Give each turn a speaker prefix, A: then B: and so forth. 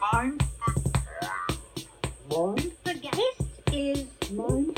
A: Mine?
B: Mine?
C: This is
B: Mine?